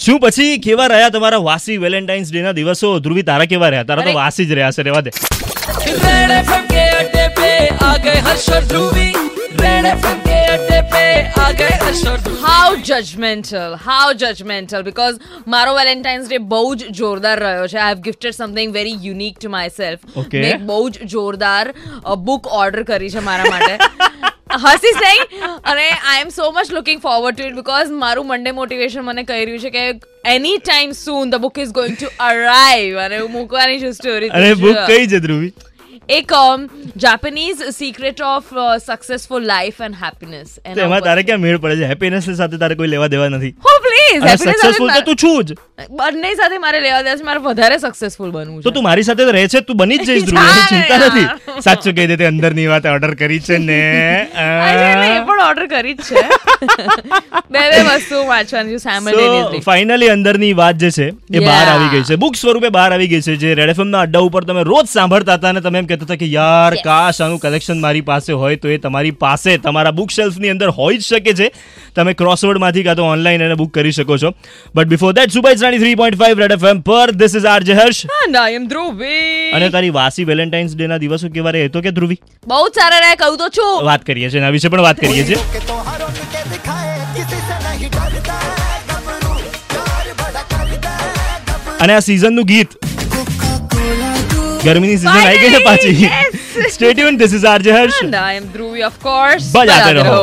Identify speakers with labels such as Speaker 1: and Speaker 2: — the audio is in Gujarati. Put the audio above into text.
Speaker 1: શું પછી કેવા રહ્યા તમારા વાસી વેલેન્ટાઇન્સ ડે ના દિવસો ધ્રુવી તારા કેવા રહ્યા તારા તો
Speaker 2: અરે.
Speaker 1: વાસી જ રહ્યા છે રહેવા દે
Speaker 2: रेड एफएम के अड्डे पे आ गए हर्ष और ध्रुवी रेड एफएम के अड्डे पे आ गए हर्ष और Dhruvi
Speaker 3: how judgemental how judgemental because મારો વેલેન્ટાઇન્સ ડે બહુ જ જોરદાર રહ્યો છે I have gifted something very unique to my self
Speaker 1: Okay.
Speaker 3: મેં એક બહુ જ જોરદાર બુક ઓર્ડર કરી છે મારા માટે હસીશ નહીં અને I am so much looking forward to it because મારું મંડે મોટિવેશન મને કહી રહ્યું છે કે any time soon the book is going to arrive અને હું મૂકવાની છું સ્ટોરી
Speaker 1: અરે બુક કઈ છે ધ્રુવી
Speaker 3: એક Japanese secret of successful life and happiness
Speaker 1: તો એમાં તારે ક્યાં મેળ પડે છે હેપીનેસ સાથે તારે કોઈ લેવા દેવા નથી
Speaker 3: હો પ્લીઝ
Speaker 1: અને સક્સેસફુલ તો તું છું જ
Speaker 3: બંને સાથે મારે લેવા દેવા છે મારે વધારે સક્સેસફુલ
Speaker 1: તો
Speaker 3: બનવું છે
Speaker 1: તું મારી સાથે તો રહે છે તું બની જ જઈશ ધ્રુવી એની
Speaker 3: ચાલે
Speaker 1: ચિંતા
Speaker 3: યાર.
Speaker 1: નથી સાચું કહી દે તે અંદરની વાત ઓર્ડર કરી છે ને
Speaker 3: અરે એટલે એ પણ ઓર્ડર કરી જ છે બે બે વસ્તુ વાંચવાની છે સાયમલ્ટેનિયસલી
Speaker 1: ફાઇનલી અંદરની વાત જે છે એ
Speaker 3: Yeah.
Speaker 1: બહાર આવી ગઈ છે બુક સ્વરૂપે બહાર આવી ગઈ છે જે રેડ ના અડ્ડા ઉપર તમે રોજ સાંભળતા હતા અને તમે એમ કહેતા હતા કે યાર
Speaker 3: Yes.
Speaker 1: કાશ આનું કલેક્શન મારી પાસે હોય તો એ તમારી પાસે તમારા બુક ની અંદર હોઈ જ શકે છે તમે ક્રોસવર્ડમાંથી કાં તો ઓનલાઈન એને બુક કરી શકો છો બટ બિફોર ધેટ સુભાઈ રાણી three point five Red FM પર this is R J Harsh
Speaker 3: And I am Dhruvi.
Speaker 1: અને તારી વાસી વેલેન્ટાઇન્સ ડે ના દિવસો કેવા રહે એ તો કે ધ્રુવી
Speaker 3: બહુ જ સારા રહ્યા કહું તો છું
Speaker 1: વાત કરીએ છીએ એના વિશે પણ વાત કરીએ છીએ
Speaker 4: के तो हर उठ के दिखाए किसी से नहीं डरता है गबरू प्यार बड़ा करता है गबरू
Speaker 1: અને આ સીઝનનું ગીત ગરમીની સીઝન આવી ગઈ છે
Speaker 3: Finally,
Speaker 1: પાછી
Speaker 3: yes.
Speaker 1: Stay tuned this is RJ Harsh
Speaker 3: And I am Dhruvi, of course.
Speaker 1: બજાતે રહો.